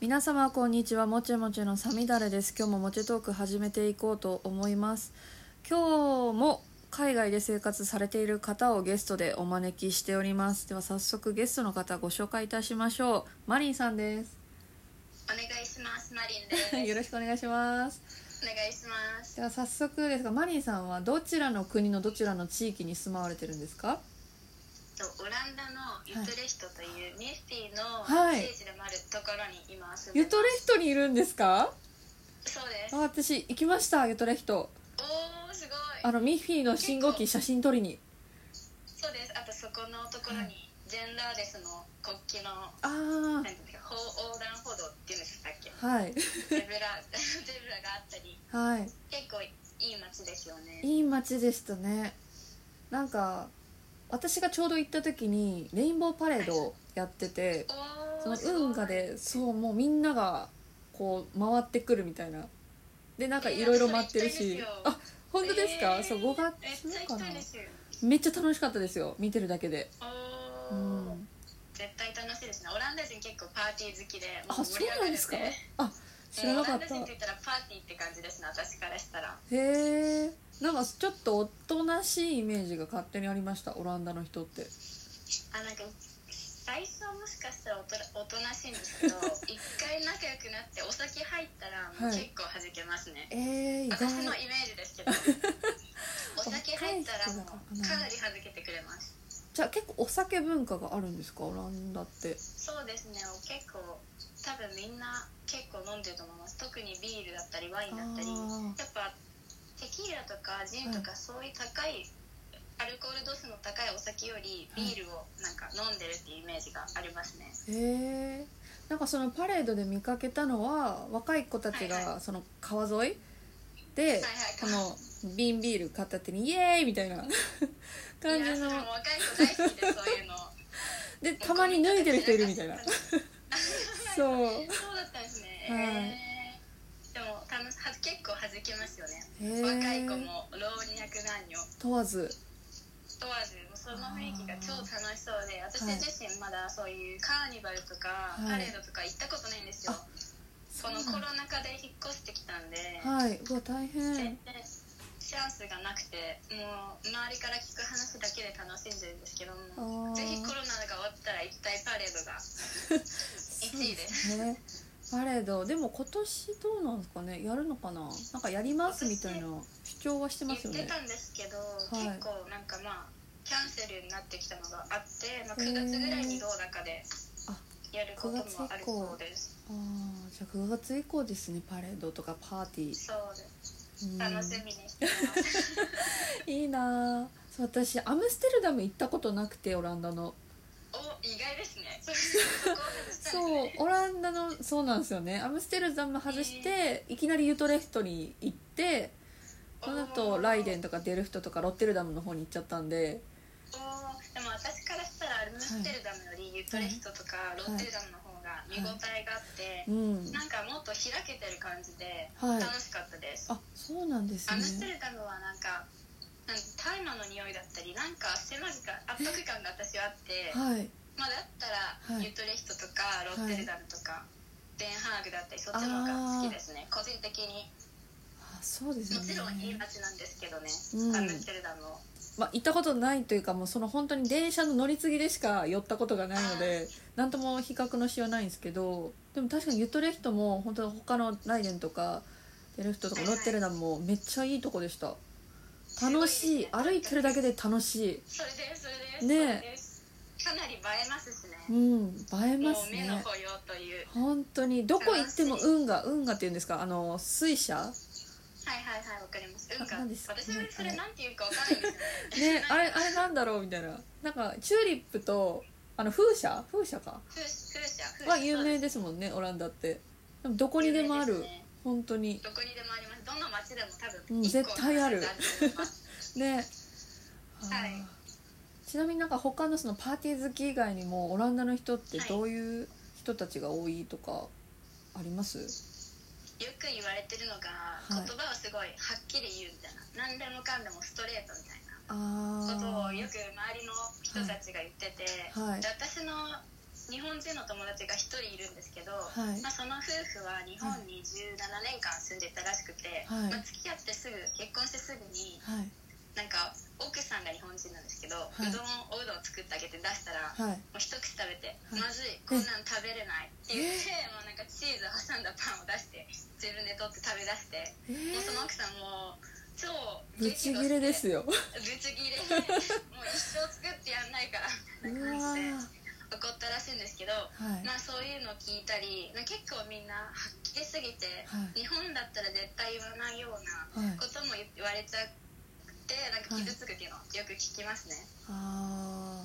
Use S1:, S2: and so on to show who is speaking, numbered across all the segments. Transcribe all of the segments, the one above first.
S1: 皆様こんにちはもちもちのさみだれです今日ももちトーク始めていこうと思います今日も海外で生活されている方をゲストでお招きしておりますでは早速ゲストの方ご紹介いたしましょうマリンさんです
S2: お願いしますマリンです。
S1: よろしくお願いします
S2: お願いします。
S1: では早速ですがマリンさんはどちらの国のどちらの地域に住まわれてるんですか
S2: とオランダのユトレヒトというミスティの
S1: はい
S2: 聖地でもあるところに今住んで
S1: ユ
S2: ます。
S1: トレヒトにいるんですか
S2: そうで
S1: あ
S2: す。
S1: 私行きましたユトレヒト
S2: おおすご
S1: あ
S2: い。
S1: のミッフィーの信号機写真撮りに
S2: そうです。あとそこのところにジェンダーレスの国旗の
S1: あ
S2: なんていうんですか法横断歩道っていうんですかっけ？
S1: あはい
S2: ゼブラ ゼブラがあったり
S1: はい
S2: 結構いい街ですよね。
S1: いい街でしたねなんか私がちょうど行った時にレインボーパレードをやっててそ
S2: おお
S1: の
S2: すごい
S1: 運河でそうもうみんながこう回ってくるみたいなでなんかいろいろ待ってるし、
S2: えー
S1: あ本当ですか、
S2: えー
S1: そう5月
S2: めっちゃ行
S1: か
S2: き
S1: な
S2: たいですよ。
S1: めっちゃ楽しかったですよ見てるだけで、
S2: お
S1: う
S2: お。
S1: ん、
S2: 絶対楽しいですねオランダ人結構パーティー好きで
S1: あ
S2: もう
S1: そうなんですか
S2: 盛り上がるん
S1: あ知らなかっ
S2: うんオラン
S1: た
S2: ダ人って言ったらパーティーって感じですね私からしたら
S1: へえなんかちょっとおとなしいイメージが勝手にありましたオランダの人って
S2: あなんか最初はもしかしたらおとおとなしいんです けど一回仲良くなってお酒入ったらもう
S1: はい
S2: 結構はじけますね、
S1: えー、意
S2: 私の
S1: 外
S2: イメージです けどお酒入ったらもうかなりはじけてくれます
S1: じゃあ結構お酒文化があるんですかオランダって
S2: そうですね結構多分みんな結構飲んでると思います特にビールだったりワインだったり
S1: あー
S2: やっぱテキーラとかジンとかそういう高い、アルコール度数の高いお酒より
S1: はい
S2: ビールをなんか飲んでるっていうイメージがありますね、
S1: へえなんかそのパレードで見かけたのは若い子たち
S2: はいは
S1: がその川沿いで
S2: はいはい
S1: この瓶ビール片手にイエーイみた いな感
S2: いや
S1: じ
S2: そ
S1: の
S2: れも若い子大好きでそういうの
S1: で たまに脱いでる人いるみ たいな
S2: そう
S1: そう
S2: そうだったんですね、
S1: はい
S2: えーでも楽しは結構はじけますよね
S1: へえ
S2: 若い子も老若男女
S1: 問わず
S2: 問わずその雰囲気が超楽しそうで私
S1: はい
S2: 自身まだそういうカーニバルとか
S1: はい
S2: パレードとか行ったことないんですよ、
S1: あ
S2: このコロナ禍で引っ越してきたんで、
S1: はい、うわ大
S2: 全
S1: 変
S2: 然チャンスがなくてもう周りから聞く話だけで楽しんでるんですけど
S1: あー
S2: もぜひコロナが終わったら行きたいパレードが
S1: そう
S2: 1位
S1: で
S2: です
S1: すねパレードでも今年どうなんですかねやるのかななんかやりますみたいな主張はして
S2: 言
S1: ま
S2: っ
S1: すよ
S2: て
S1: ね
S2: たんですけど、
S1: い
S2: 結構なんかまあキャンセルになってきたのがあって、まあ、
S1: へー
S2: 9月ぐらいにどうだかで
S1: あ
S2: やることもあるそうです、
S1: ああじゃあ9月以降ですねパレードとかパーティー
S2: そうです
S1: うん
S2: 楽しみにしてます。
S1: いいなあそう私アムステルダム行ったことなくてオランダの
S2: お、意外です ね。そこを外したん
S1: そう
S2: ですね。
S1: オランダのそうなんですよねアムステルダム外していきなりユトレヒトに行ってその後ライデン
S2: と。
S1: とかデルフトとかロッテルダムの方に行っちゃったんで
S2: おーでも私からしたらアルムステルダムよりユトレヒトとかロッテルダムの方が見応えがあって、
S1: うん
S2: なんかもっと開けてる感じで
S1: はい
S2: 楽しかったです。
S1: あそうなんです
S2: アムステ
S1: ね
S2: ルダムはなんか。なんか大麻の匂いだったりなんか狭いか圧迫感が私はあって、
S1: はい
S2: まあ、だった
S1: は
S2: ら
S1: い
S2: ユトレヒトとかロッテルダムとか、デンハーグだったりそっちの方が好きですね個人的に
S1: あそうです
S2: も
S1: よ
S2: ちろんいい
S1: ね
S2: 街なんですけどね、
S1: うん
S2: アムステルダムも
S1: まあ行ったことないというかもうその本当に電車の乗り継ぎでしか寄ったことがないので何とも比較のしようないんですけどでも確かにユトレヒトも本当に他のライデンとかデルフトとかロッテルダムもめっちゃいいとこでした楽しい歩いてるだけで楽し
S2: それですそれです、
S1: ねえ
S2: それですかなり映えますしね
S1: いうん映えま
S2: も
S1: す
S2: う目の
S1: ね
S2: 保養という
S1: 本当にどこ行っても運河運河っていうんですかあの水車
S2: はいはいはいわかります運
S1: あ
S2: 河
S1: 何ですか
S2: 私はそれなんていうかわからないんですよ
S1: ねあれあれなんだろうみたいななんかチューリップとあの風車風車か
S2: 風風車風車
S1: は有名ですもんねオランダってでもどこにでもある、
S2: 有名ですね
S1: 本当に
S2: どこにでもありますどんな街でも多
S1: うん
S2: 分一個
S1: 絶対ある
S2: の街があると思い ます
S1: ねあー
S2: はい
S1: ちなみになんか他のそのパーティー好き以外にもオランダの人って
S2: はい
S1: どういう人たちが多いとかあります、
S2: よく言われてるのが、
S1: はい
S2: 言葉をすごいはっきり言うみたいな何でもかんでもストレートみたいなこと
S1: あ
S2: をよ
S1: ー
S2: く周りの人たちが言ってて、
S1: はい
S2: で私の日本人の友達が1人いるんですけど、
S1: はい
S2: まあ、その夫婦は日本に17年間住んでたらしくて、
S1: はい
S2: まあ、付き合ってすぐ結婚してすぐに
S1: はい
S2: なんか奥さんが日本人なんですけど、
S1: いう
S2: どんをおうどんを作ってあげて出したら、
S1: はい
S2: もう一口食べて、
S1: はい
S2: まずいこんなん食べれないって言って、もうなんかチーズ挟んだパンを出して自分で取って食べ出して、
S1: え
S2: もうそ
S1: ー、
S2: の奥さんも超
S1: ぶち切れです
S2: よ
S1: よ
S2: ぶち切れでもう一生作ってやんないから
S1: う
S2: みたいな
S1: わー
S2: 感じで怒ったらしいんですけど、
S1: はい
S2: まあそういうの聞いたりまあ結構みんなはっきりすぎて、
S1: はい
S2: 日本だったら絶対言わないよう
S1: はい
S2: なことも言言われちゃってなんか傷つくっていうのをよく聞きますね、
S1: あ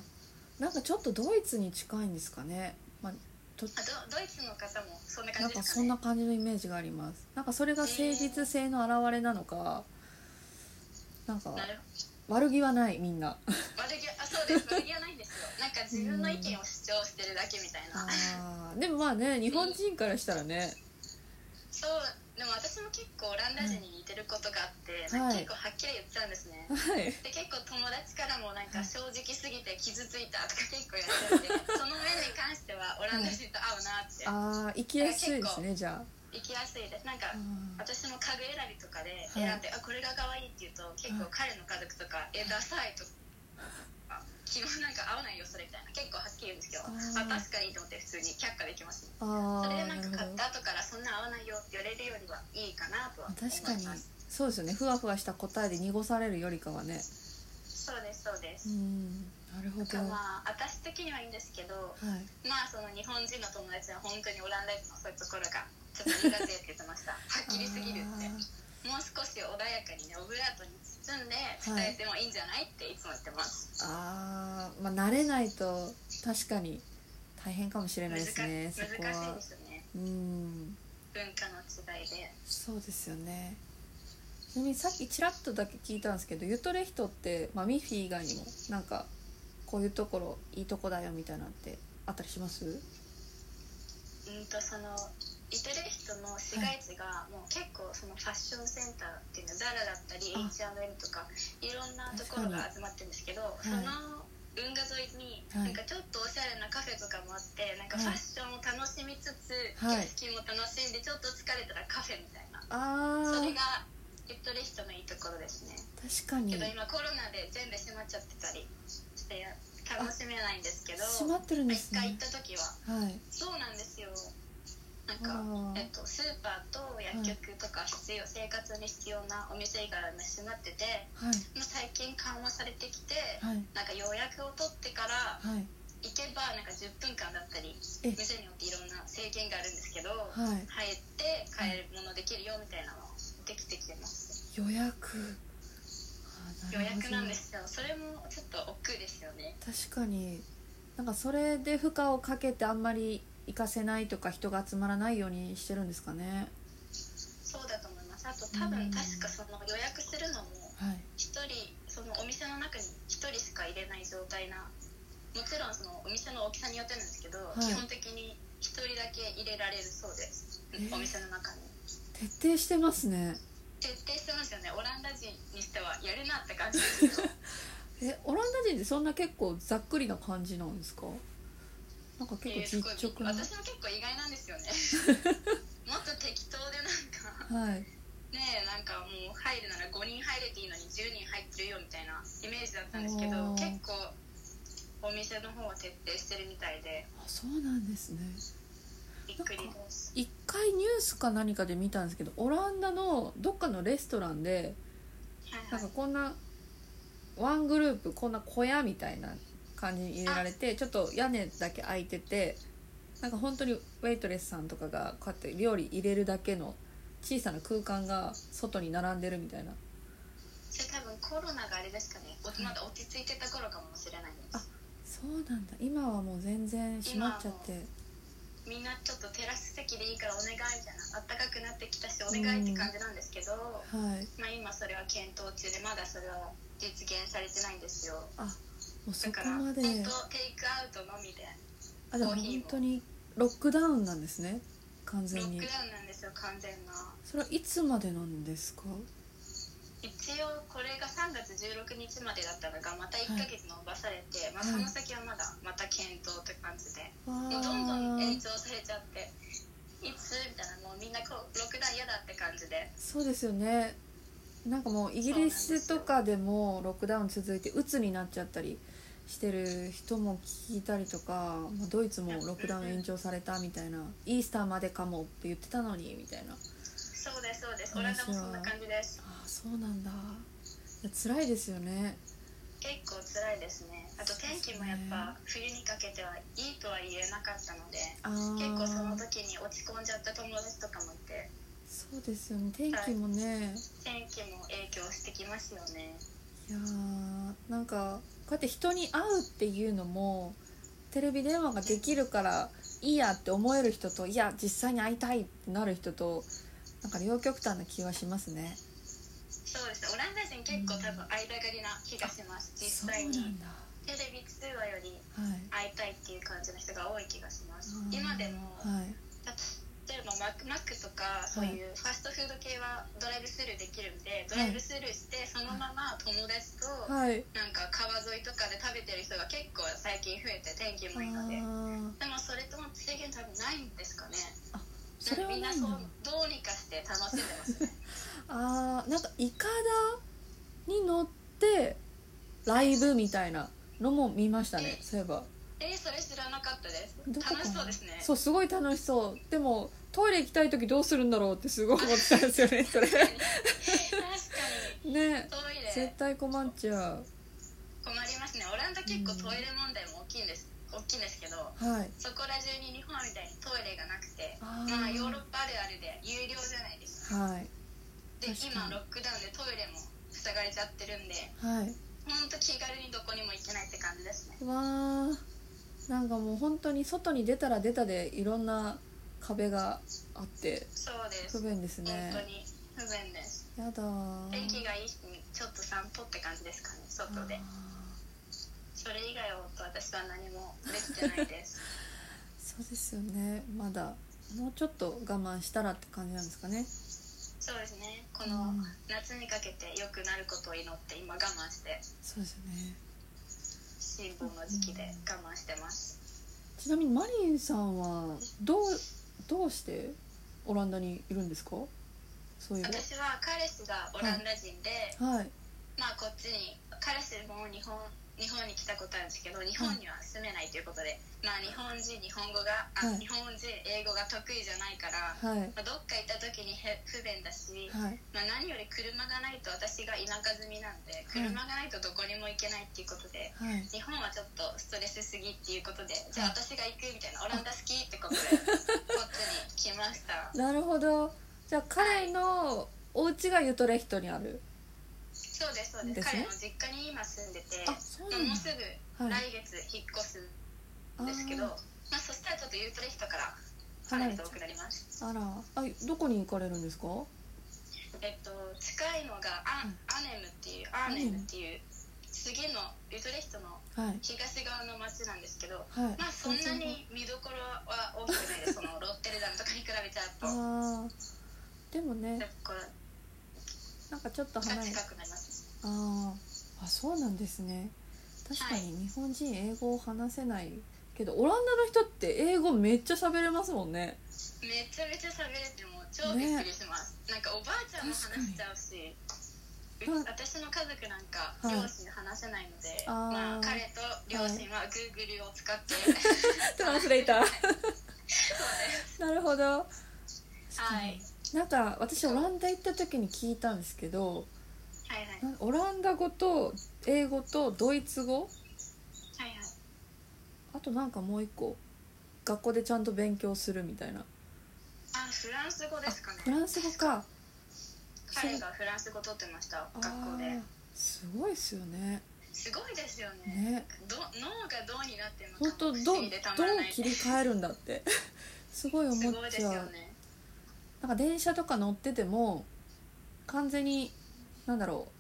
S1: ーなんかちょっとドイツに近いんですかね、まあ、と
S2: あどドイツの方もそんな
S1: な
S2: 感
S1: ん
S2: じで
S1: か
S2: す
S1: そ
S2: か
S1: ん
S2: ね
S1: な感じのイメージがありますなんかそれが誠実性の表れなのかなんか
S2: なる
S1: 悪気はないみん な
S2: 悪気はあそうです悪気はないんですよなんか自分の意見を主張してるだけみたいな、
S1: あーでもまあね日本人からしたらね
S2: そうでも私も結構オランダ人に似てることがあって、
S1: はい
S2: なんか結構はっきり言っちゃうんですね、
S1: はい
S2: で結構友達からもなんか正直すぎて傷ついたとか結構言われて てその面に関してはオランダ人と合うなって
S1: ああ行きやすいですねじゃ
S2: 行きやすいですなんか
S1: ああ
S2: 私も家具選びとかで選んで、あこれが可愛いって言うと結構彼の家族とか「えダサい」とか「昨日なんか合わないよそれ」みたいな結構はっきり言うんですけど
S1: あ
S2: あ
S1: ー
S2: 確かにいいと思って普通に却下できますね
S1: あ
S2: そ
S1: ー
S2: れで
S1: な
S2: な
S1: んるほ
S2: か買っ
S1: ど
S2: た後からそんな合わないよって言われるよりはいいかなとは思います
S1: 確かにそうですよねふわふわした答えで濁されるよりかはね
S2: そうですそうで
S1: う
S2: す、
S1: んなるほ
S2: だか
S1: ど
S2: ら
S1: は
S2: まあ私的にはいいんですけど
S1: い
S2: まあその日本人の友達は本当にオランダ人のそういうところがちょっと苦手って言ってま したはっきりすぎるってもう少し穏やかにねオブラートに包んで伝えてもいいんじゃないっていつも言ってます、
S1: あーあーまあ慣れないと確かに大変かもしれないですねそ
S2: 難し
S1: こ
S2: 難しい
S1: は
S2: ですよね
S1: うん
S2: 文化の違いで
S1: そうですよねちなみにさっきちらっとだけ聞いたんですけどゆとり人って、まあ、ミッフィー以外にもなんかこういうところいいとこだよみたいなのってあったりします
S2: うんとそのイトレヒトの市街地がもう結構そのファッションセンターっていうのザラだったり
S1: あ
S2: H&M とかいろんなところが集まってるんですけど、
S1: い
S2: その運河沿いに
S1: はい
S2: なんかちょっとおしゃれなカフェとかもあってなんか
S1: はい
S2: ファッションを楽しみつつ、
S1: はい
S2: 景色も楽しんでちょっと疲れたらカフェみたいな、
S1: あ
S2: そ
S1: ー
S2: れがイトレヒトのいいところですね、
S1: 確かに
S2: けど今コロナで全部閉まっちゃってたりして楽しめないんですけど
S1: 閉まってるんです
S2: 一
S1: ね
S2: 回行った時は
S1: はい
S2: そうなんですよな
S1: あ
S2: んか
S1: ー
S2: えっと、スーパーと薬局とか必要、生活に必要なお店以外は閉まってて
S1: はい
S2: もう最近緩和されてきて、
S1: はい
S2: なんか予約を取ってか
S1: は
S2: ら
S1: い
S2: 行けばなんか10分間だったり
S1: え
S2: 店によっていろんな制限があるんですけど、
S1: はい
S2: 入って買い物できるよみたいなのできてきてます
S1: 予約あー
S2: 予
S1: るほど
S2: 約なんですよそれもちょっと億劫ですよね
S1: 確かになんかそれで負荷をかけてあんまり行かせないとか人が集まらないようにしてるんですかね
S2: そうだと思いますあと多分確かその予約するのも
S1: はい
S2: 一人そのお店の中に一人しか入れない状態なもちろんそのお店の大きさによってなんですけど、
S1: い
S2: 基本的に一人だけ入れられるそうです、
S1: えー
S2: お店の中に
S1: 徹底してますね
S2: 徹底してますよねオランダ人にしてはやるなって感じですけど
S1: えオランダ人ってそんな結構ざっくりな感じなんですかなんか
S2: えー
S1: 結
S2: す
S1: 構
S2: ごい
S1: 実直な、
S2: 私も結構意外なんですよ ねもっと適当でなんか
S1: はい
S2: ねえなんかもう入るなら5人入れていいのに10人入ってるよみたいなイメージだったんですけど
S1: おー
S2: 結構お店の方は徹底してるみたいで
S1: あそうなんですね
S2: びっくりです
S1: 一回ニュースか何かで見たんですけどオランダのどっかのレストランで
S2: はい
S1: なんかこんなワングループこんな小屋みたいな感じに入れられてちょっと屋根だけ開いててなんか本当にウェイトレスさんとかがこうやって料理入れるだけの小さな空間が外に並んでるみたいな
S2: それ多分コロナがあれですかねおまだ落ち着いてた頃かもしれないで
S1: あ
S2: す
S1: そうなんだ今はもう全然閉まっちゃって
S2: みんなちょっとテラス席でいいからお願いみたいなあったかくなってきたしお願いって感じなんですけど、
S1: はい
S2: まあ、今それは検討中でまだそれは実現されてないんですよ
S1: あもうそ
S2: だ
S1: こ
S2: から
S1: ま
S2: 本当
S1: で
S2: テイクアウトのみで
S1: あでも
S2: コーヒーも
S1: 本当にロックダウンなんですね完
S2: ロ
S1: 全
S2: ッ
S1: に
S2: クダウンなんですよ完全な
S1: それはいつまでなんですか
S2: 一応これが3月16日までだったのがまた1ヶ月延ばされて、まあ、
S1: はい
S2: その先はまだまた検討って感じで、
S1: わ
S2: もうどんどん延長されちゃっていつみたいなもうみんなこうロックダウン嫌だって感じで
S1: そうですよねなんかもうイギリスとかでもロックダウン続いて鬱になっちゃったりしてる人も聞いたりとか、まあ、ドイツもロックダウン延長されたみたいなイースターまでかもって言ってたのにみたいな
S2: そうですそうですオランダもそんな感じです
S1: ああそうなんだいや辛いですよね
S2: 結構辛いですねあと天気もやっぱ冬にかけてはいいとは言えなかったので
S1: あ
S2: 結構その
S1: あ
S2: 時に落ち込んじゃった友達とかもいて
S1: そうですよね天気もね
S2: 天気も影響してきますよね
S1: いやーなんかこうやって人に会うっていうのもテレビ電話ができるからいいやって思える人といや実際に会いたいってなる人となんか両極端な気はしますね
S2: そうですねオランダ人結構多分間借りな気がします実際
S1: そうなん
S2: に
S1: だ
S2: テレビ通話より
S1: はい
S2: 会いたいっていう感じの人が多い気がします
S1: うん
S2: 今でも
S1: はい
S2: 例えばマックマックとかそういうファストフード系はドライブスルーできるんでドライブスルーしてそのまま友達と
S1: はい
S2: なんか川沿いとかで食べてる人が結構最近増えて天気
S1: あ
S2: もいいので
S1: ー
S2: でもそれとも制限多分ないんですかね
S1: それは
S2: みんな
S1: 何
S2: そ
S1: だ
S2: う
S1: ろう
S2: どうにかして楽しんでます ね
S1: あーなんかいかだに乗ってライブみたいなのも見ましたね
S2: え
S1: そういえば
S2: えーそれ知らなかったです
S1: どこかな
S2: 楽しそうですね
S1: そうすごい楽しそうでもトイレ行きたい時どうするんだろうってすごい思ってたんですよねそれ
S2: 確かに
S1: ね
S2: トイ
S1: 絶
S2: レ
S1: 対困っちゃう
S2: 困りますねオランダ結構トイレ問題も大きいんです大きいんですけど
S1: はい
S2: そこら中に日本みたいにトイレがなくて
S1: あー
S2: まあヨーロッパあるあるで有料じゃないですか
S1: はい
S2: で
S1: 確か
S2: 今
S1: に
S2: ロックダウンでトイレも塞がれちゃってるんで
S1: はい
S2: ほんと気軽にどこにも行けないって感じですね
S1: わーなんかもう本当に外に出たら出たでいろんな壁があって
S2: そうです
S1: 不便です
S2: 本当
S1: ね
S2: に不便です
S1: やだー
S2: 天気がいい日にちょっと散歩って感じですかね外で
S1: あー
S2: それ以外は私は何もできてない です
S1: そうですよねまだもうちょっと我慢したらって感じなんですかね
S2: そうですねこ
S1: う
S2: の
S1: ん
S2: 夏にかけて良くなることを祈って今我慢して
S1: そうですよね
S2: 辛抱の時期で我慢してます
S1: ちなみにマリンさんはどうどうしてオランダにいるんですかそういう
S2: 私は彼氏がオランダ人で、
S1: はい
S2: まあこっちに彼氏も日本日本に来たことあるんですけど日本には住めないということで、まあ日本人日本語があ、
S1: はい
S2: 日本人英語が得意じゃないから、
S1: はい
S2: まあ、どっか行った時にへ不便だし、
S1: はい
S2: まあ、何より車がないと私が田舎住みなんで車がないとどこにも行けないっていうことで、
S1: はい
S2: 日本はちょっとストレスすぎっていうことでじゃあ私が行くみたいなオランダ好きってこと でこっちに来ました
S1: なるほどじゃあ彼のお家がユトレヒトにある
S2: そうですそうです
S1: ですね
S2: 彼の実家に今住んでて
S1: あそうな
S2: まあ
S1: ん
S2: も
S1: だ
S2: うすぐ来
S1: はい
S2: 月引っ越す
S1: あ
S2: んですけど、
S1: ー
S2: まあ、そしたらちょっとユートレヒトからか
S1: 離
S2: な
S1: れ
S2: り
S1: ちゃ
S2: 遠くなります
S1: うあらあどこに行かれるんですか
S2: えっと近いのがア,、
S1: うん
S2: アネムっていうアーネムっていう次のユートレヒトの
S1: はい
S2: 東側の町なんですけど
S1: はい
S2: まあそんなに見どころは多くないですそのロッテルダムとかに比べちゃうと
S1: あーでもね
S2: だから
S1: なんかちょっと
S2: が
S1: 離れ
S2: 近くなります
S1: あーあそうなんですね確かに日本人英語を話せないけどオランダの人って英語めっちゃ喋れますもんね
S2: めちゃめちゃ喋れてもう超びっくりします、なんかおばあちゃんも話しちゃうしう
S1: 確
S2: 私の家族なんか
S1: はい
S2: 両親話せないので、
S1: あー
S2: まあ、彼と両親は Google を使って、
S1: トランスレーターなるほど
S2: はい、
S1: なんか私オランダ行った時に聞いたんですけど
S2: はいはい
S1: なんオランダ語と英語とドイツ語
S2: はいはい
S1: あとなんかもう一個学校でちゃんと勉強するみたいな
S2: あフランス語ですか
S1: フ
S2: ね
S1: ランス語か
S2: 彼がフランス語取ってました
S1: あ
S2: 学校で
S1: ーすごいですよね
S2: すごいですよね
S1: ね
S2: ど脳がどうになってるの
S1: 本
S2: か
S1: 当
S2: も
S1: どうど
S2: 不思
S1: う
S2: 議でたまらない
S1: 切
S2: す
S1: り替えるんだって すごい思っ
S2: ごいです
S1: ちゃ
S2: よ
S1: う、
S2: ね
S1: なんか電車とか乗ってても完全になんだろ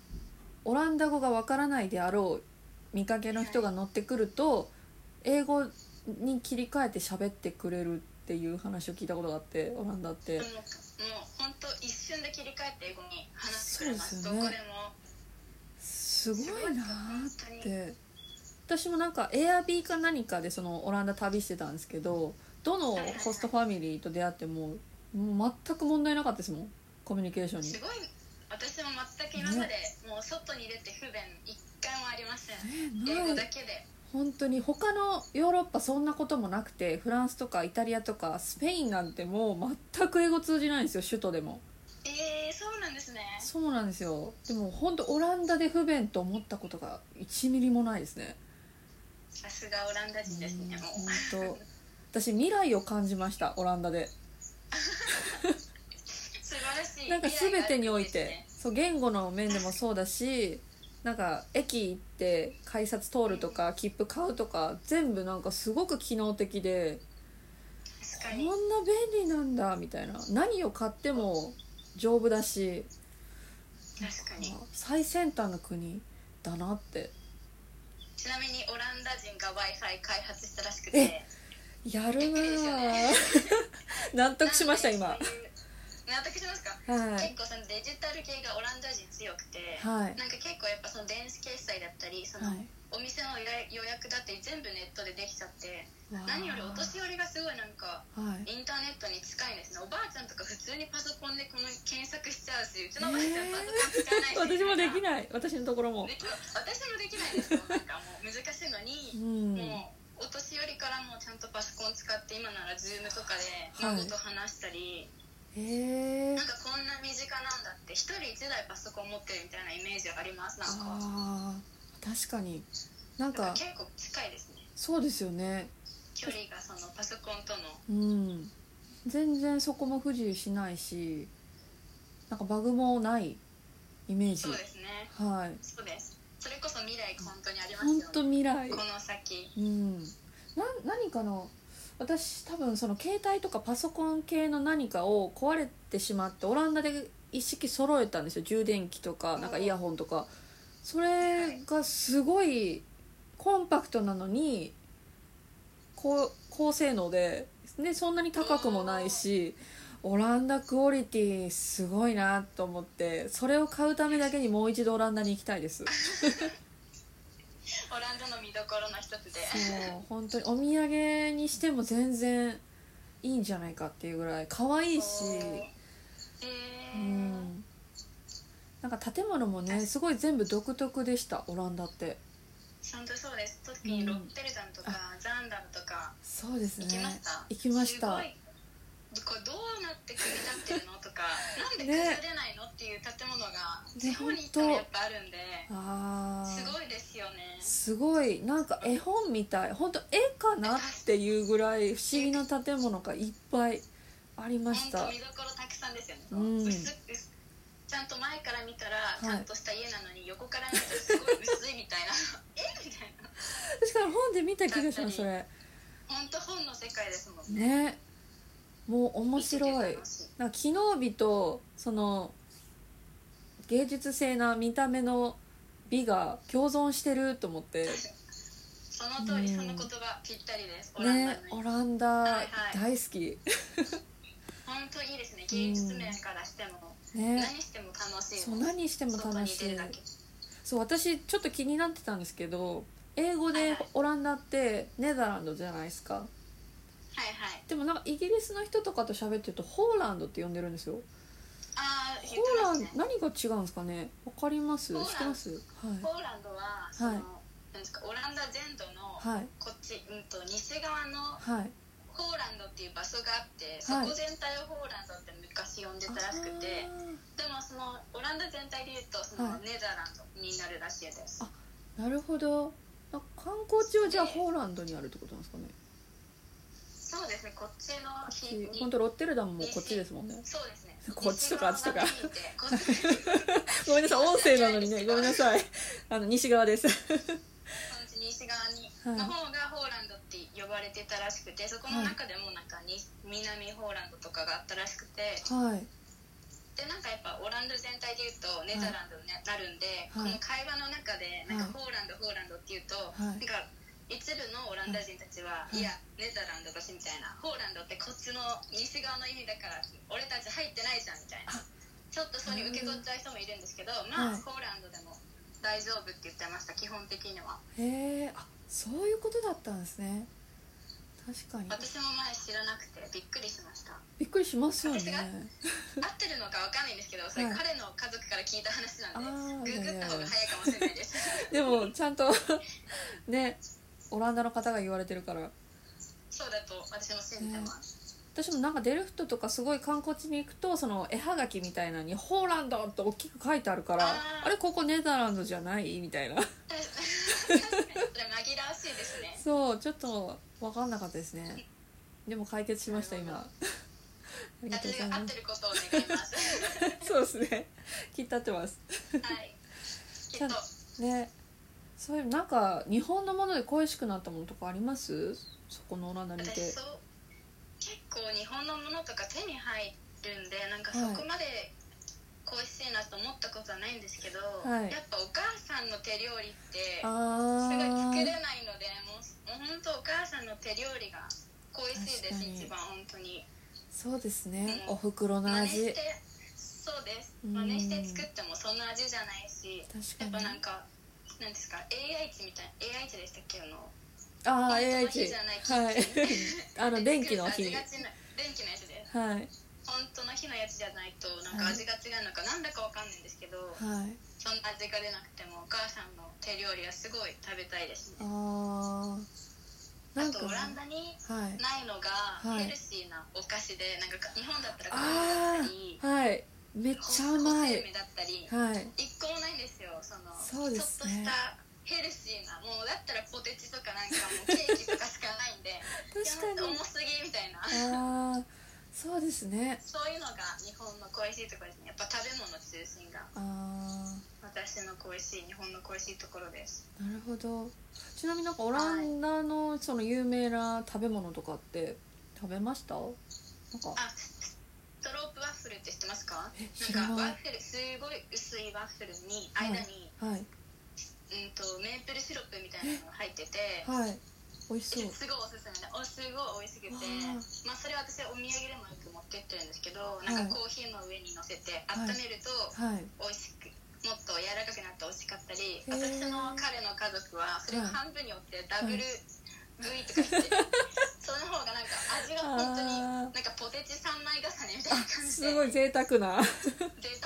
S1: うオランダ語がわからないであろう見かけの人が乗ってくると英語に切り替えて喋ってくれるっていう話を聞いたことがあってオランダって
S2: もうもう本当一瞬で切り替えて英語に話してくれます
S1: そうですよね
S2: どこでも
S1: すごいなー
S2: すごい
S1: っ
S2: です
S1: て私もなんかエアビーか何かでそのオランダ旅してたんですけどどのホストファミリーと出会ってももう全く問題なかったですもんコミュニケーションに
S2: すごい私も全く今までもう外に出て不便一回もありません英語だけで
S1: 本当に他のヨーロッパそんなこともなくてフランスとかイタリアとかスペインなんてもう全く英語通じないんですよ首都でも
S2: えー、そうなんですね
S1: そうなんですよでも本当オランダで不便と思ったことが1ミリもないですね
S2: さすがオランダ人ですねもう
S1: 本当私未来を感じましたオランダで
S2: 素晴らしい
S1: なんか
S2: 未
S1: 全
S2: 来がある
S1: てにおい
S2: ですね
S1: てそう言語の面でもそうだしなんか駅行って改札通るとか切符買うとか全部なんかすごく機能的で
S2: 確か
S1: こん
S2: に
S1: な便利なんだみたいな何を買っても丈夫だし
S2: 確かに
S1: 最先端の国だなって
S2: ちなみにオランダ人が w i f i 開発したらしくて
S1: やるな
S2: びっくりですよ
S1: ぁ
S2: ね
S1: 納得しました今は
S2: なんでそういう納得しますか
S1: い
S2: 結構そのデジタル系がオランダ人強くて、
S1: はい
S2: なんか結構やっぱその電子決済だったりその
S1: はい
S2: お店の予約予約だったり全部ネットでできちゃって
S1: わあ
S2: 何よりお年寄りがすごいなんか
S1: はい
S2: インターネットに近いんですねおばあちゃんとか普通にパソコンでこの検索しちゃうしうちのおばあちゃんパソコン使わないし、
S1: 私もでき
S2: い
S1: ない私のところも
S2: 私もできないですもんなんかもう難しいの
S1: う
S2: に、
S1: ん
S2: もうお年寄りからもうちゃんとパソコン使って今なら Zoom とかで
S1: はい
S2: 孫と話したり、
S1: へえ
S2: なんかこんな身近なんだって一人一台パソコン持ってるみたいなイメージがありますなんか
S1: あー確かになん
S2: なん
S1: か
S2: か結構近いですね
S1: そうですよね
S2: 距離がそのパソコンとの
S1: うん全然そこも不自由しないしなんかバグもないイメージ
S2: そうですね
S1: はい
S2: そうですそれこそ未来本当にありますよ
S1: 本
S2: ね
S1: 当未来
S2: この先
S1: うんな何かの私多分その携帯とかパソコン系の何かを壊れてしまってオランダで一式揃えたんですよ充電器とかなんかイヤホンとかそれがすごいコンパクトなのに高高性能で、ね、そんなに高くもないしオランダクオリティすごいなと思ってそれを買うためだけにもう一度オランダに行きたいです
S2: オランダの見どころの一つで
S1: そう本当にお土産にしても全然いいんじゃないかっていうぐらい可愛いし、
S2: え
S1: う
S2: ー
S1: ん、なんか建物もねすごい全部独特でしたオランダって
S2: 本当そうです特にロッテルダムとか、ザンダムとか
S1: そうです
S2: 行
S1: ね
S2: きました
S1: 行きました
S2: すごいこれどうなって組み立ってるのとかなんで
S1: ね
S2: 崩れないのっていう建物が
S1: ね
S2: 地方に行ってもやっぱあるんで、
S1: あ
S2: す
S1: ー
S2: ごいですよね
S1: すごいなんか絵本みたい本当絵かなっていうぐらい不思議な建物がいっぱいありま
S2: 本
S1: した
S2: 当見どころたくさんですよね、
S1: うん
S2: 薄くちゃんと前から見たら
S1: い
S2: ちゃんとした家なのに横から見たらすごい薄いみたいな えみたいな
S1: 確かに本で見た気がしますそれ
S2: 本当本の世界ですもんね
S1: ねもう面白い
S2: 見てて楽し
S1: なんか機能美とその芸術性な見た目の美が共存してると思って
S2: その通り、
S1: うん
S2: その言葉ぴったりですオランダ
S1: ね
S2: の
S1: オ
S2: ね
S1: ラン
S2: は
S1: ダ
S2: いはい
S1: 大好き、
S2: 本当いいですね芸術面からしても、
S1: ね
S2: 何しても楽しい
S1: そう何しても
S2: 外
S1: 楽
S2: に
S1: し
S2: 出
S1: い
S2: るだけ
S1: そう私ちょっと気になってたんですけど英語
S2: はい
S1: で
S2: はい
S1: オランダってネザーランドじゃないですか
S2: はいはい
S1: でもなんかイギリスの人とかと喋ってるとホーランドって呼んでるんですよ
S2: ああ
S1: ホ
S2: 言って
S1: ーラ
S2: ま
S1: ン
S2: すね
S1: 何が違うんですかねわかります知
S2: ホーラン
S1: ってます
S2: ポ
S1: は
S2: ーランドはその、
S1: はい
S2: なんですかオランダ全土の
S1: いはい
S2: こっち、うん、と西側の
S1: はい
S2: ポーランドっていう場所があってそ
S1: はい
S2: こ全体をポーランドって昔呼んでたらしくて、でもそのオランダ全体でいうとそ
S1: は
S2: の
S1: い
S2: ネザーランドになるらしいです、
S1: あなるほどあ観光地はじゃあホーランドにあるってことなんですかね
S2: そうですねこっちの日に
S1: 本当ロッテルダムもこっちですもんね
S2: そうですね
S1: こっちとかあっちとか
S2: 西側が見えてこっちこ
S1: ごめんなさい音声なのに ねごめんなさいあの西側です
S2: っち西側に
S1: はい
S2: の方がホーランドって呼ばれてたらしくてそこの中でもなんかに南ホーランドとかがあったらしくて、
S1: はい
S2: でなんかやっぱオランダ全体で言うとネザーランドになるんで、
S1: はい
S2: この会話の中でなんかホーランド、ホーランドって言うと、
S1: はい
S2: なんか一部のオランダ人たち
S1: は
S2: は、
S1: い
S2: い、やネザーランドだしみたいなホーランドってこっちの西側の意味だから俺たち入ってないじゃんみたいな
S1: あ
S2: ちょっとそういうふうに受け取っちゃう人もいるんですけど
S1: な
S2: ま
S1: る
S2: あ、
S1: ほ
S2: ホーランドでも大丈夫
S1: 確かに
S2: 私も前知らなくてびっくりしました
S1: びっくりしますよね
S2: 私が合ってるのかわかんないんですけどそれ
S1: はい
S2: 彼の家族から聞いた話な
S1: あー
S2: んで
S1: い
S2: グ
S1: や
S2: グ
S1: い
S2: っ
S1: や
S2: た方が早いかもしれないです
S1: でもちゃんと ねオランダの方が言われてるから
S2: そうだと私も信じてます、
S1: 私もなんかデルフトとかすごい観光地に行くとその絵はがきみたいなのに「ホーランド」って大きく書いてあるから
S2: あ
S1: 「
S2: ー
S1: あれここネザーランドじゃない?」みたいな
S2: 確かにそれ紛らわしいですね
S1: そうちょっと分かんなかったですねでも解決しました今
S2: なる
S1: ありがとう
S2: 私
S1: ござい
S2: が合
S1: ま
S2: ってることを願います
S1: すそうですね切っ立ってます
S2: はいきっと
S1: ねそういうなんか日本のもので恋しくなったものとかありますそこのオランダにいて
S2: 私そう結構日本のものとか手に入るんでなんかそこまで恋しいなと思ったことはないんですけど、
S1: はい
S2: やっぱお母さんの手料理ってすご
S1: あ
S2: い作れ
S1: ー
S2: ないのでもうもう本当お母さんの手料理が恋しい
S1: 確
S2: です
S1: かに
S2: 一番本当に
S1: そうですね
S2: うん
S1: お袋の
S2: 真似し
S1: 味
S2: てそうです
S1: うん
S2: 真似して作ってもそんな味じゃないしや
S1: 確
S2: っ
S1: か
S2: ぱ
S1: に
S2: なんかなんですか AI 値みたい AI 値でしたっけあの
S1: ああ
S2: 本当の
S1: AI
S2: 日
S1: 値
S2: じゃない
S1: はいあ の電気の
S2: 味
S1: 日
S2: が違う電気のやつです
S1: はい
S2: 本当の火のやつじゃないとなんか味が違うのかなんだかわかんないんですけ
S1: は
S2: ど、
S1: い
S2: そんな味が出なくてもお母さんの手料理はすごい食べたいですね
S1: あー
S2: あ
S1: なん
S2: と
S1: か
S2: オランダに
S1: はい
S2: ないのが
S1: はい
S2: ヘルシーなお菓子で、なんか日本だったらカ
S1: あ
S2: だったり
S1: あはいめっちゃ
S2: ほ
S1: 甘
S2: せん
S1: い
S2: べいだったり
S1: はい
S2: 一個もないんですよその
S1: そうですね
S2: ちょっとしたヘルシーなもうだったらポテチとかなんかもうケーキとかしかないんで
S1: 確か
S2: いや
S1: に
S2: 重すぎみたいな
S1: ああそうですね
S2: そういうのが日本の恋しいところですねやっぱ食べ物中心が
S1: ああ
S2: 私の恋しい日本の恋しいところです
S1: なるほどちなみになんかオランダのその有名な食べ物とかって食べましたなんか
S2: あストロープワッフルって知ってますか
S1: え知
S2: な
S1: ら
S2: ん
S1: な
S2: かワ
S1: い
S2: ッフルすごい薄いワッフルに
S1: はい
S2: 間に、
S1: はい
S2: うん、とメープルシロップみたいなのが入ってて
S1: はい美味しそう
S2: すごいおすすめでおすごい美味しくて
S1: わあ
S2: まあ、それ私お土産でもよく持ってってるんですけど
S1: い
S2: なんかコーヒーの上に乗せて
S1: はい
S2: 温めると
S1: はい
S2: 美味しくもっと柔らかくなって美味しかったり
S1: へー
S2: 私の彼の家族はそれを半分に折ってダブル
S1: は
S2: 食いとかして、 その方がなんか味が本当に
S1: あー
S2: なんかポテチ三枚重ねみたいな感じ
S1: す
S2: で
S1: ごい贅沢な
S2: 贅沢な感じで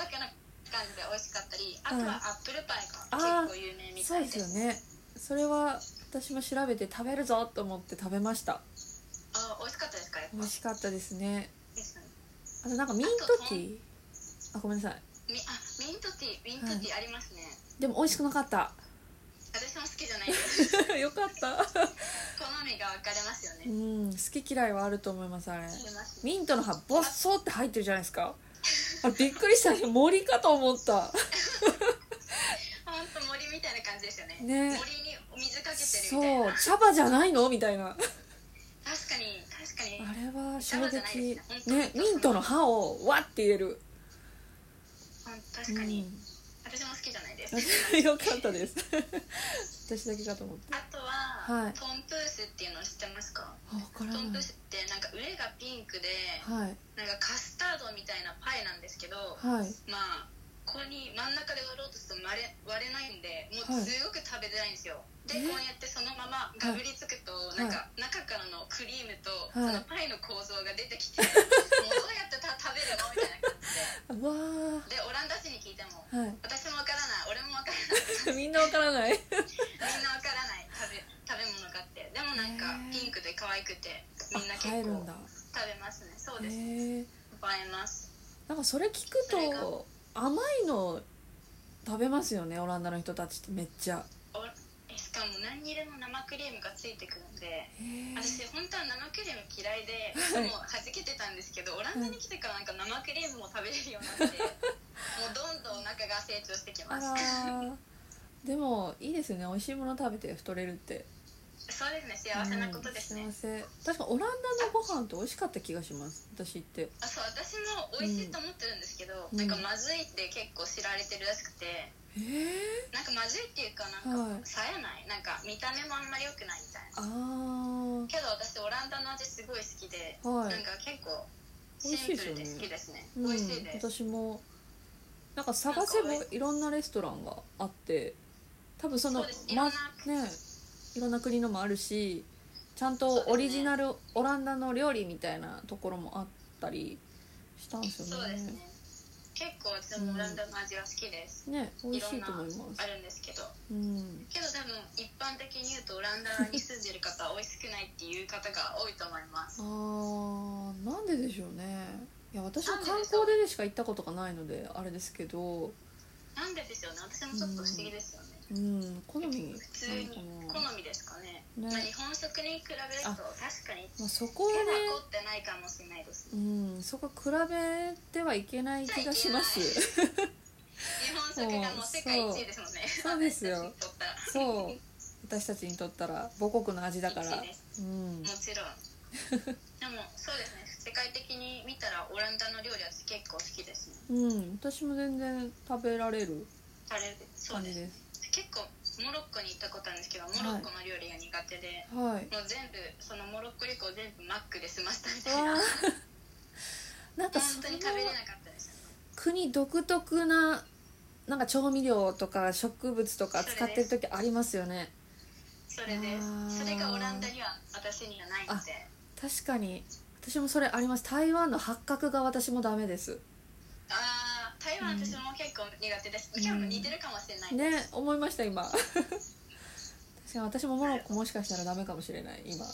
S2: 美味しかったりあとはアップルパイ
S1: あ
S2: が
S1: ー
S2: 結構有名み
S1: そ
S2: た
S1: う
S2: い
S1: で
S2: です
S1: よねそれは私も調べて食べるぞと思って食べました
S2: あ美味しかったですかやっぱ
S1: 美味しかったですね
S2: ですよね
S1: あとなんかミントティーあごめんなさい
S2: みあミントティーミントティーありますね、
S1: でも美味しくなかった
S2: 私も好きじゃないです
S1: よかった
S2: 好みが分かれますよ
S1: う
S2: ね
S1: ん好き嫌いはあると思いますあれ
S2: ありますね
S1: ミントの葉ボッソーって入ってるじゃないですかあれびっくりした森かと思った
S2: ほんと森みたいな感じですよね
S1: ね
S2: 森にお水かけてる
S1: そ
S2: みたいな
S1: う茶葉じゃないのみたいなあ
S2: 確かに確か
S1: れ
S2: に
S1: は衝撃
S2: 茶葉じゃない
S1: ね
S2: ですね
S1: ミントの葉をわって入れる、
S2: ほん
S1: う
S2: 確かに、
S1: ん、
S2: 私も好きじゃないで す
S1: よかったです私だけかと思って
S2: あとは、
S1: はい
S2: トンプースっていうの知ってますか
S1: あ分から
S2: トンプ
S1: な
S2: ー
S1: い
S2: スってなんか上がピンクで
S1: はい
S2: なんかカスタードみたいなパイなんですけど
S1: はい
S2: まあここに真ん中で割ろうとすると割れ割れないんでも
S1: は
S2: う
S1: い
S2: すごく食べづらいんですよ、で
S1: え
S2: こうやってそのままがぶりつくと、なんか中からのクリームと、
S1: はい
S2: そのパイの構造が出て きて、もうどうやってた食べるのみたいな感
S1: うわ
S2: じででオランダ人に聞いても
S1: ーはい
S2: 私もわからない俺もわからない
S1: みんなわからない
S2: みんなわからない食べ食べ物があってでもなんか
S1: へー
S2: ピンクで可愛くてみんな
S1: あ
S2: 結
S1: 入る
S2: 構
S1: んだ
S2: 食べますねそう
S1: へ
S2: です、
S1: え
S2: 映えます
S1: なんかそれ聞
S2: それ
S1: く
S2: が
S1: と甘いの食べますよねオランダの人たちってめっちゃ
S2: おえしかも何にでも生クリームがついてくるんで
S1: へえ
S2: 私本当は生クリーム嫌いで
S1: はい
S2: もうはじけてたんですけどオランダに来てからなんか生クリームも食べれるようになってもうどんどんお腹が成長してき
S1: あ
S2: ます
S1: らーでもいいですよね美味しいもの食べて太れるって
S2: そうですね幸せなことですね、
S1: うん幸せ確かオランダのご飯って美味しかった気がします私行って
S2: あそう私も美味しいと思ってるんですけど、
S1: うん
S2: なんかまずいって結構知られてるらしくて
S1: ええ
S2: なんかまずいっていうかなんかさえないなんか見た目もあんまり良くないみたいな
S1: あー
S2: けど私オランダの味すごい好きで、
S1: はい
S2: なんか結構シンプルで好きですね美味しいです、
S1: うん、私もなんか探せばいろんなレストランがあって多分その
S2: そうですいろんな
S1: ねいろんな国のもあるしちゃんと
S2: そうですね
S1: オリジナルオランダの料理みたいなところもあったりしたんですよ
S2: そう
S1: ね
S2: ですね結構私もオランダの味は好きです、
S1: ね美味
S2: い
S1: し
S2: ろん
S1: い
S2: な
S1: と思います
S2: あるんですけど
S1: うん
S2: けど多分一般的に言うとオランダに住んでる方は美味しくないっていう方が多いと思いま
S1: あ
S2: す
S1: ーなんででしょうねいや私は観光でしか行ったことがないのであれですけど
S2: なんででしょうね私もちょっと不思議ですよね、
S1: うん好みなの
S2: 普通に好
S1: かな、
S2: みですかね
S1: ね
S2: まあ、日本食に比べると確かに
S1: まあ、そこは
S2: 手
S1: ね
S2: が凝ってないかもしれないです、
S1: うんそこは比べてはいけない気がします
S2: 日本食がもう世界一位ですもんね
S1: そうそうですよ
S2: 私たちにとったら
S1: そう私たちにとったら母国の味だから
S2: 一位です
S1: うん
S2: もちろんでもそうですね世界的に見たらオランダの料理は結構好きですね
S1: うん私も全然食べられる
S2: あれそう
S1: 感
S2: で
S1: じ
S2: す
S1: です
S2: 結構モロッコに行ったことあるんですけどモロッコの料理が苦手で、
S1: はい
S2: もう全部そのモロッコ旅行全部マックで済ましたみたい
S1: わ
S2: な
S1: ーなんかその
S2: 本当に食べれなかったです
S1: 国独特ななんか調味料とか植物とか使ってる時ありますよね
S2: それで
S1: あー
S2: それがオランダには私にはないので
S1: 確かに私もそれあります台湾の八角が私もダメです
S2: ああー台湾私も結構苦手です、
S1: うん
S2: 今日も似てるかもしれない
S1: ね
S2: です、
S1: 思いました 今確かに私もモロッコもしかしたらダメかもしれない今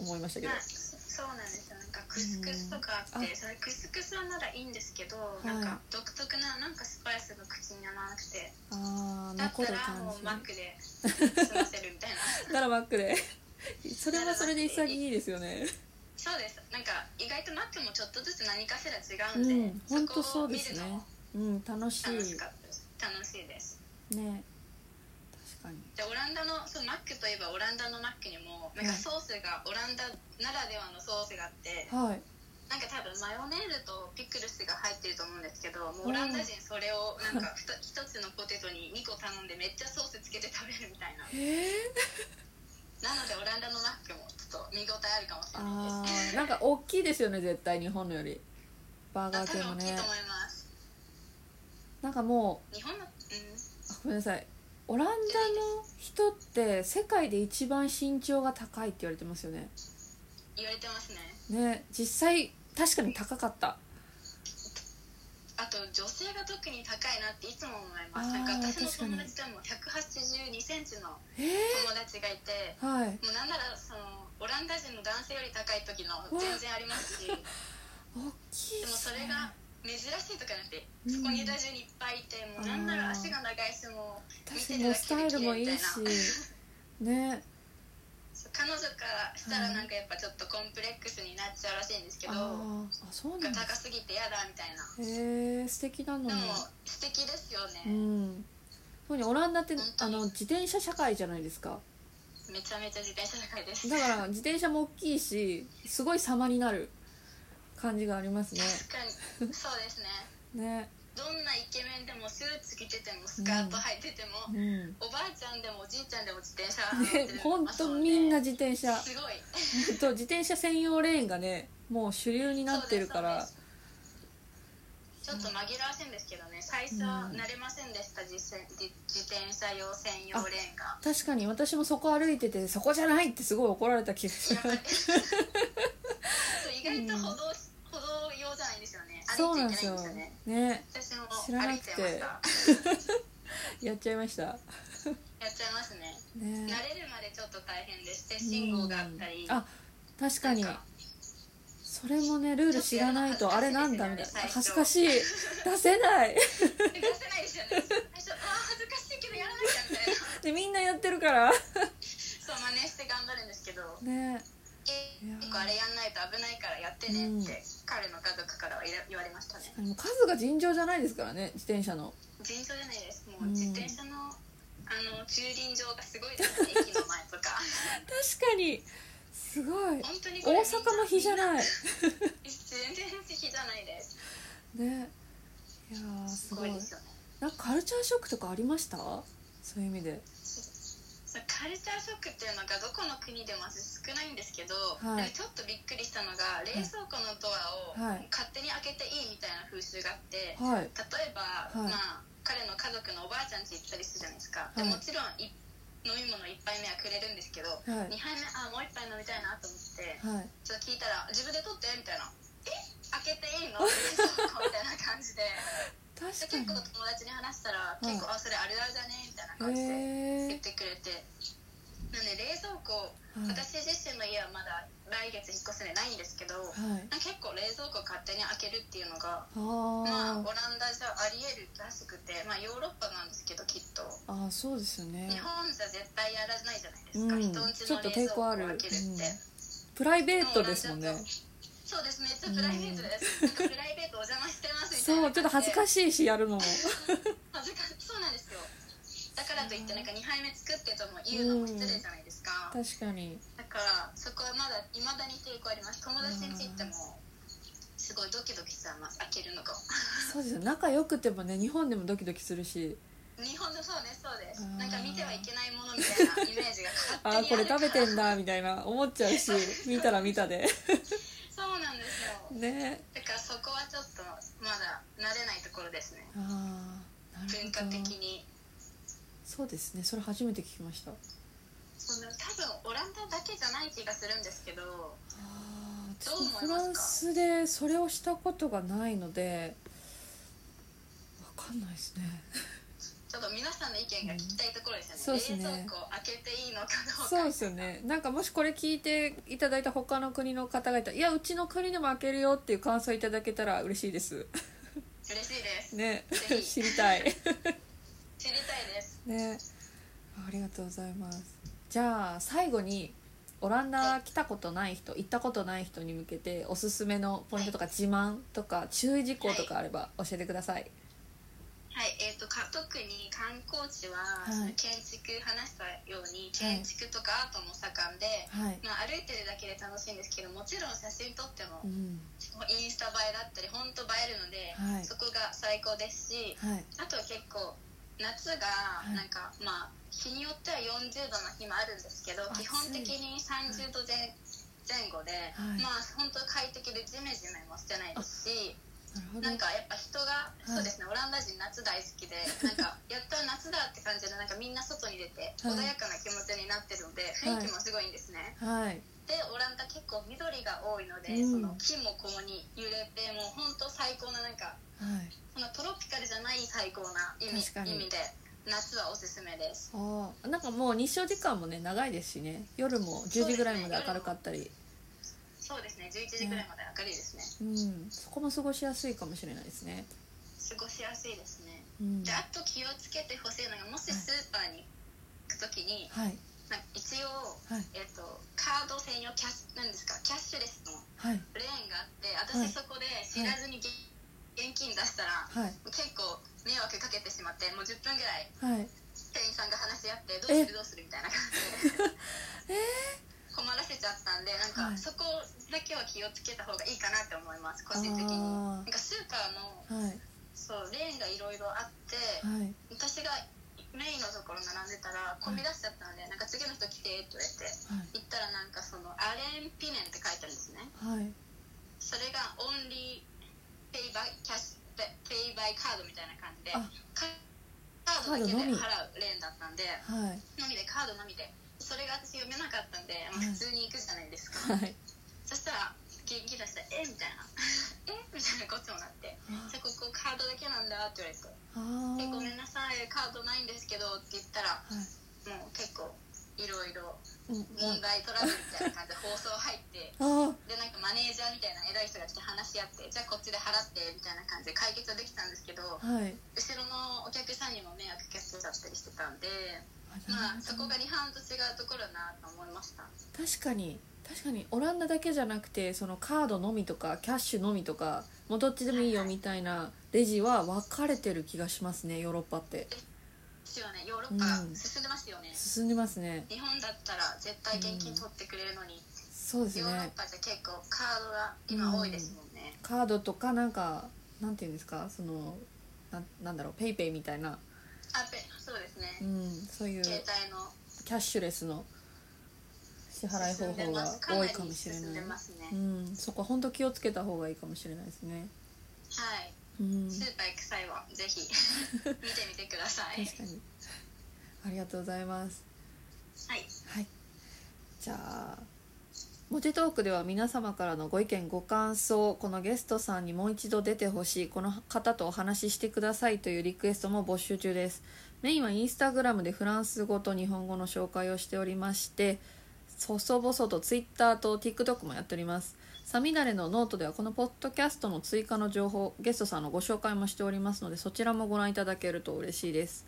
S1: お思いましたけど
S2: まあ、そうなんですよなんかクスクスとかあっ
S1: うん
S2: て、それクスクスはならいいんですけど、
S1: い
S2: なんか独特ななんかスパイスが口に合わなくて
S1: ああ
S2: だっ
S1: 残る
S2: たら
S1: 感
S2: も
S1: じ
S2: うマックで済ませるみたいな
S1: ならマックで それはそれで潔いですよね
S2: そうですなんか意外とマックもちょっとずつ何かしら違
S1: う
S2: うんで、
S1: ん本当
S2: そこ
S1: そ
S2: を
S1: うで
S2: 見
S1: すね
S2: るのも
S1: うん楽し
S2: 楽しか
S1: い
S2: ったです楽しいです
S1: ね確かに
S2: でオランダのそうマックといえばオランダのマックにもなんかソースがオランダならではのソースがあって、
S1: はい
S2: なんか多分マヨネーズとピクルスが入ってると思うんですけどもうオランダ人それをなんか ふた一つのポテトに2個頼んでめっちゃソースつけて食べるみたいな
S1: へえ
S2: なのでオランダのマックもちょっと見応えあるかもしれ
S1: あ
S2: ない
S1: ーなんか大きいですよね絶対日本のよりバーガ
S2: です
S1: ー系
S2: あ多
S1: も
S2: 分大きい
S1: ね
S2: と思います
S1: なんかも
S2: 日本の
S1: う
S2: うん
S1: あごめんなさいオランダの人って世界で一番身長が高いって言われてますよね
S2: 言われてますね
S1: ね実際確かに高かった
S2: あと女性が特に高いなっていつも思いま
S1: あ
S2: す
S1: ー
S2: なんか私の
S1: 確かに
S2: 友達でも1 8 2センチの
S1: ええ
S2: 友達がいて
S1: はい
S2: もうなんならそのオランダ人の男性より高い時の全然あ りますしで
S1: 大きいっ
S2: もそ
S1: す
S2: れ
S1: ね
S2: が珍しいとかなくて
S1: うん
S2: そこにいた中にいっぱいいてもうなんなら足が長い人も見て
S1: 私
S2: る
S1: も
S2: だ
S1: スタイ
S2: けで
S1: ル
S2: 綺
S1: も
S2: 麗み
S1: い
S2: たい
S1: い
S2: な
S1: しね
S2: そう彼女からしたらなんかやっぱちょっとコンプレックスになっちゃうらしいんですけどなん
S1: あーあそう
S2: か
S1: なんだ
S2: 高すぎてやだみたいな
S1: へえ素敵なの
S2: で
S1: に
S2: も素敵ですよ
S1: う
S2: ね
S1: ん特にオランダって
S2: 本当
S1: あ
S2: に
S1: の自転車社会じゃないですか
S2: めちゃめちゃ自転車高いで す
S1: だから自転車も大きいしすごい様になる感じがありますね
S2: 確かにそうですね
S1: ね
S2: どんなイケメンでもスーツ着ててもスカート履いてても、
S1: うん
S2: おばあちゃんでもおじいちゃんでも自転車乗ってる
S1: 本当みんな自転車
S2: すごい
S1: ほんと自転車専用レーンがねもう主流になってるから
S2: そうですそうですちょっと紛らわしいんですけどね最初は慣れませんでした、実践自自転車用専用レーンが
S1: 確かに私もそこ歩いててそこじゃないってすごい怒られた気がし
S2: やば
S1: ま
S2: い
S1: す
S2: そう意外と歩道,、歩道用じゃないんですよね
S1: そう
S2: 歩
S1: ないん
S2: て
S1: で
S2: い
S1: す
S2: け
S1: よ
S2: ないんですよね
S1: ね
S2: 私も
S1: 知ら
S2: 歩
S1: ないく
S2: て
S1: て
S2: ましたや
S1: やっちゃいました
S2: っちゃいますね
S1: ね
S2: 慣れるまでちょっと大変でして信号があったり、
S1: うんあ確かに
S2: なんか
S1: それもねルール知らないとあれなんだみたいな恥ず
S2: 恥ず
S1: か
S2: か
S1: しい出せない
S2: 出せないですよね最初あー恥ずかしいけどやらなきゃみたいな
S1: でみんなやってるから
S2: そう真似して頑張るんですけど
S1: ね
S2: え
S1: いやー
S2: 結構あれやんないと危ないからやってねって彼の家族からは言わ言われましたね
S1: でも数が尋常じゃないですからね自転車の
S2: 尋常じゃないですも
S1: う
S2: うん自転車のあの駐輪場がすごいですね駅の前とか
S1: 確かにすごい
S2: 本当にこ
S1: 大
S2: れ
S1: 阪の日じゃ
S2: みん
S1: ない
S2: 全然日じゃないです
S1: ねいやーす
S2: す
S1: ご
S2: ご
S1: い
S2: い
S1: な
S2: で
S1: ん
S2: すよね
S1: かカルチャーショックとかありましたそういう意味で
S2: そうカルチャーショックっていうのがどこの国でもまず少ないんですけど、
S1: はい
S2: でもちょっとびっくりしたのが冷蔵庫のドアを
S1: はい
S2: 勝手に開けていいみたいな風習があって、
S1: はい
S2: 例えば、
S1: はい
S2: まあ彼の家族のおばあちゃん家行ったりするじゃないですか、
S1: はい
S2: でもちろんい飲み物1杯目はくれるんですけど、
S1: い
S2: 2杯目あもう1杯飲みたいなと思って
S1: はい
S2: ちょっと聞いたら「自分で取って」みたいな「え開けて いいの?」みたいな感じでで
S1: 確
S2: 結構
S1: か
S2: 友達に話したら
S1: い
S2: 結構「あそれあるあるだね」みたいな感
S1: に
S2: じで
S1: へ
S2: 言
S1: え
S2: ってくれて。なんで冷蔵庫、
S1: はい
S2: 私自身の家はまだ来月引っ越すんでないんですけど、
S1: はい
S2: なんか結構冷蔵庫勝手に開けるっていうのがまあ
S1: あ
S2: オランダじゃありえるらしくて、まあ、ヨーロッパなんですけどきっと
S1: あああそうですよね
S2: 日本じゃ絶対やらないじゃないで
S1: う
S2: すか、
S1: ん
S2: 人んち
S1: ちょ
S2: の
S1: っと
S2: 冷
S1: 抵
S2: 蔵庫
S1: 抗
S2: を
S1: ある、う
S2: 開
S1: ん
S2: けるって、、
S1: プライベートですもん
S2: オ
S1: ね
S2: ランダってそうですめっちゃプライベートです、なんかプライベートお邪魔してますみたい
S1: そ
S2: な
S1: うちょっと恥ずか
S2: しい
S1: しいしやるの も
S2: 恥ずかしいそうなんですよだからといってなんか2杯目作ってとも言うのも失礼じゃないですか、
S1: 確かに
S2: だからそこはまだいまだに抵抗あります友達に行ってもすごいドキドキしちゃいます開けるのが
S1: そうですよ仲良くてもね日本でもドキドキするし
S2: 日本のそうですそうです
S1: あー
S2: なんか見てはいけないものみたいなイメージが
S1: あ あこ
S2: 勝手
S1: れ
S2: にあ
S1: 食べ
S2: るから
S1: てんだみたいな思っちゃう し見たら見たで
S2: そうなんですよ
S1: ね
S2: だからそこはちょっとまだ慣れないところですね
S1: ああなる
S2: 文化
S1: ほど
S2: 的に
S1: そうですねそれ初めて聞きましたあ
S2: その多分オランダだけじゃない気がするんですけど
S1: あ
S2: どう思
S1: 私
S2: いますか
S1: フランスでそれをしたことがないのでわかんないですね
S2: ちょっと皆さんの意見が聞きたいところです
S1: う
S2: よ
S1: ん
S2: ね,、
S1: そうですね
S2: 冷蔵庫開けていいのかどうか
S1: そうですよねなんかもしこれ聞いていただいた他の国の方がいたら「いやうちの国でも開けるよ」っていう感想いただけたら嬉しいです
S2: 嬉しいです
S1: ね
S2: ぜひ
S1: 知りたい
S2: 知りたいです
S1: ねありがとうございますじゃあ最後にオランダ来たことない人行ったことない人に向けておすすめのポイントとか自慢とか注意事項とかあれば教えてください
S2: はいえー、とか特に観光地は、
S1: はい
S2: 建築話したように建築とかアートも盛んで、
S1: はい、
S2: まあ、歩いてるだけで楽しいんですけどもちろん写真撮っても
S1: うん、
S2: インスタ映えだったり本当映えるので、
S1: はい
S2: そこが最高ですし
S1: はい
S2: あとは結構夏が
S1: い
S2: なんか、まあ日によっては40度の日もあるんですけど
S1: 暑い
S2: 基本的に30度前,、前後で、
S1: はい
S2: まあ本当快適でジメジメもしてないですし。
S1: なるほど
S2: なんかやっぱ人が、
S1: い
S2: そうですねオランダ人夏大好きでなんかやったら夏だって感じでなんかみんな外に出て
S1: はい
S2: 穏やかな気持ちになってるので雰囲気もすごいんですね、
S1: はい
S2: でオランダ結構緑が多いので、
S1: うん
S2: その木もこうに揺れてもう本当最高ななんか
S1: はい
S2: そのトロピカルじゃない最高な意味
S1: 確かに
S2: 意味で夏はおすすめです
S1: あーなんかもう日照時間もね長いですしね夜も10時ぐらいまで明るかったり
S2: そうですね11時ぐらいまで明るいですね
S1: うんそこも過ごしやすいかもしれないですね
S2: 過ごしやすいですね
S1: うん
S2: であと気をつけてほしいのがもしスーパーに行く時に
S1: はい
S2: なんか一応
S1: はい
S2: えっとカード専用キャッシュなんですかキャッシュレスの
S1: はい
S2: レーンがあって
S1: は
S2: 私
S1: い
S2: そこで知らずに現現金出した
S1: は
S2: ら
S1: い
S2: 結構迷惑かけてしまってもう10分ぐら
S1: は
S2: い
S1: い
S2: 店員さんが話し合ってどうするどうするみたいな感じで
S1: え
S2: 困らせちゃったんでなん
S1: は
S2: か
S1: い
S2: そこだけは気をつけた方がいいかなって思います個人的に
S1: あー
S2: なんかスーパー
S1: ー
S2: の
S1: はい
S2: そうレーンがいろいろあって
S1: はい
S2: 私がメインのところ並んでたら混み出しちゃったのでなんか次の人来てって言われて。
S1: はい
S2: 行ったらなんかそのアレンピネンって書いてあるんですね
S1: はい
S2: それがオンリーペイバイキャッシュペペイバイカードみたいな感じで
S1: あ
S2: カカードだけ
S1: カードの
S2: で
S1: み
S2: 払うレーンだったんで
S1: はい
S2: のみでカードのみでそれが私読めなかったんで、ま
S1: は
S2: あ、
S1: い
S2: 普通に行くじゃないですか、
S1: はい
S2: そしたら元気出したら「えみたいな 「えみたいなこっちもなって「じゃあここカードだけなんだ」って言われて「
S1: ああ
S2: え
S1: ー
S2: ごめんなさいカードないんですけど」って言ったら
S1: はい
S2: もう結構いろいろ
S1: うんうん
S2: 問題トラブルみたいな感じで放送入って
S1: あ
S2: でなんかマネージャーみたいな偉い人が来て話し合ってじゃあこっちで払ってみたいな感じで解決できたんですけど後
S1: あはい
S2: ろのお客さんにも迷惑かけちゃったりしてたんで
S1: な
S2: まあ
S1: る
S2: そ
S1: ほど
S2: こが日本と違うところだなと思いました
S1: 確かに確かにオランダだけじゃなくてそのカードのみとかキャッシュのみとかもうどっちでもいいよみたいなレジは分かれてる気がしますねヨーロッパって
S2: ですよねヨーロッパ
S1: うん
S2: 進んでますよね、
S1: 進んでますね
S2: 日本だったら絶対現金取ってくれるのに、
S1: そうです
S2: ヨーロッ
S1: ね
S2: パじゃ結構カードが今多いですもんね、
S1: カードとかなんかなんていうんですかそのななんだろうペイペイみたいな、
S2: あペそうですね、
S1: うん、そういう
S2: 携帯の
S1: キャッシュレスの支払い
S2: 進
S1: 方
S2: んで
S1: 法
S2: ま
S1: が
S2: すか
S1: 多
S2: ないり
S1: かもしれ
S2: 進ん
S1: な
S2: で
S1: い
S2: ますね、
S1: うん、そこは本当気をつけた方がいいかもしれないですね。
S2: はい
S1: うん、
S2: スーパー行く際 はぜひ見てみてください。
S1: 確かに。ありがとうございます。
S2: はい
S1: はい。じゃあ、文字トークでは皆様からのご意見、ご感想、このゲストさんにもう一度出てほしい、この方とお話ししてくださいというリクエストも募集中です。メインはインスタグラムでフランス語と日本語の紹介をしておりまして、細々とツイッターと TikTok もやっております。サミダレのノートではこのポッドキャストの追加の情報、ゲストさんのご紹介もしておりますので、そちらもご覧いただけると嬉しいです。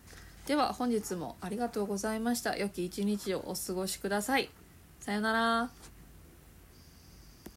S1: では本日もありがとうございました良き一日をお過ごしくださいさようなら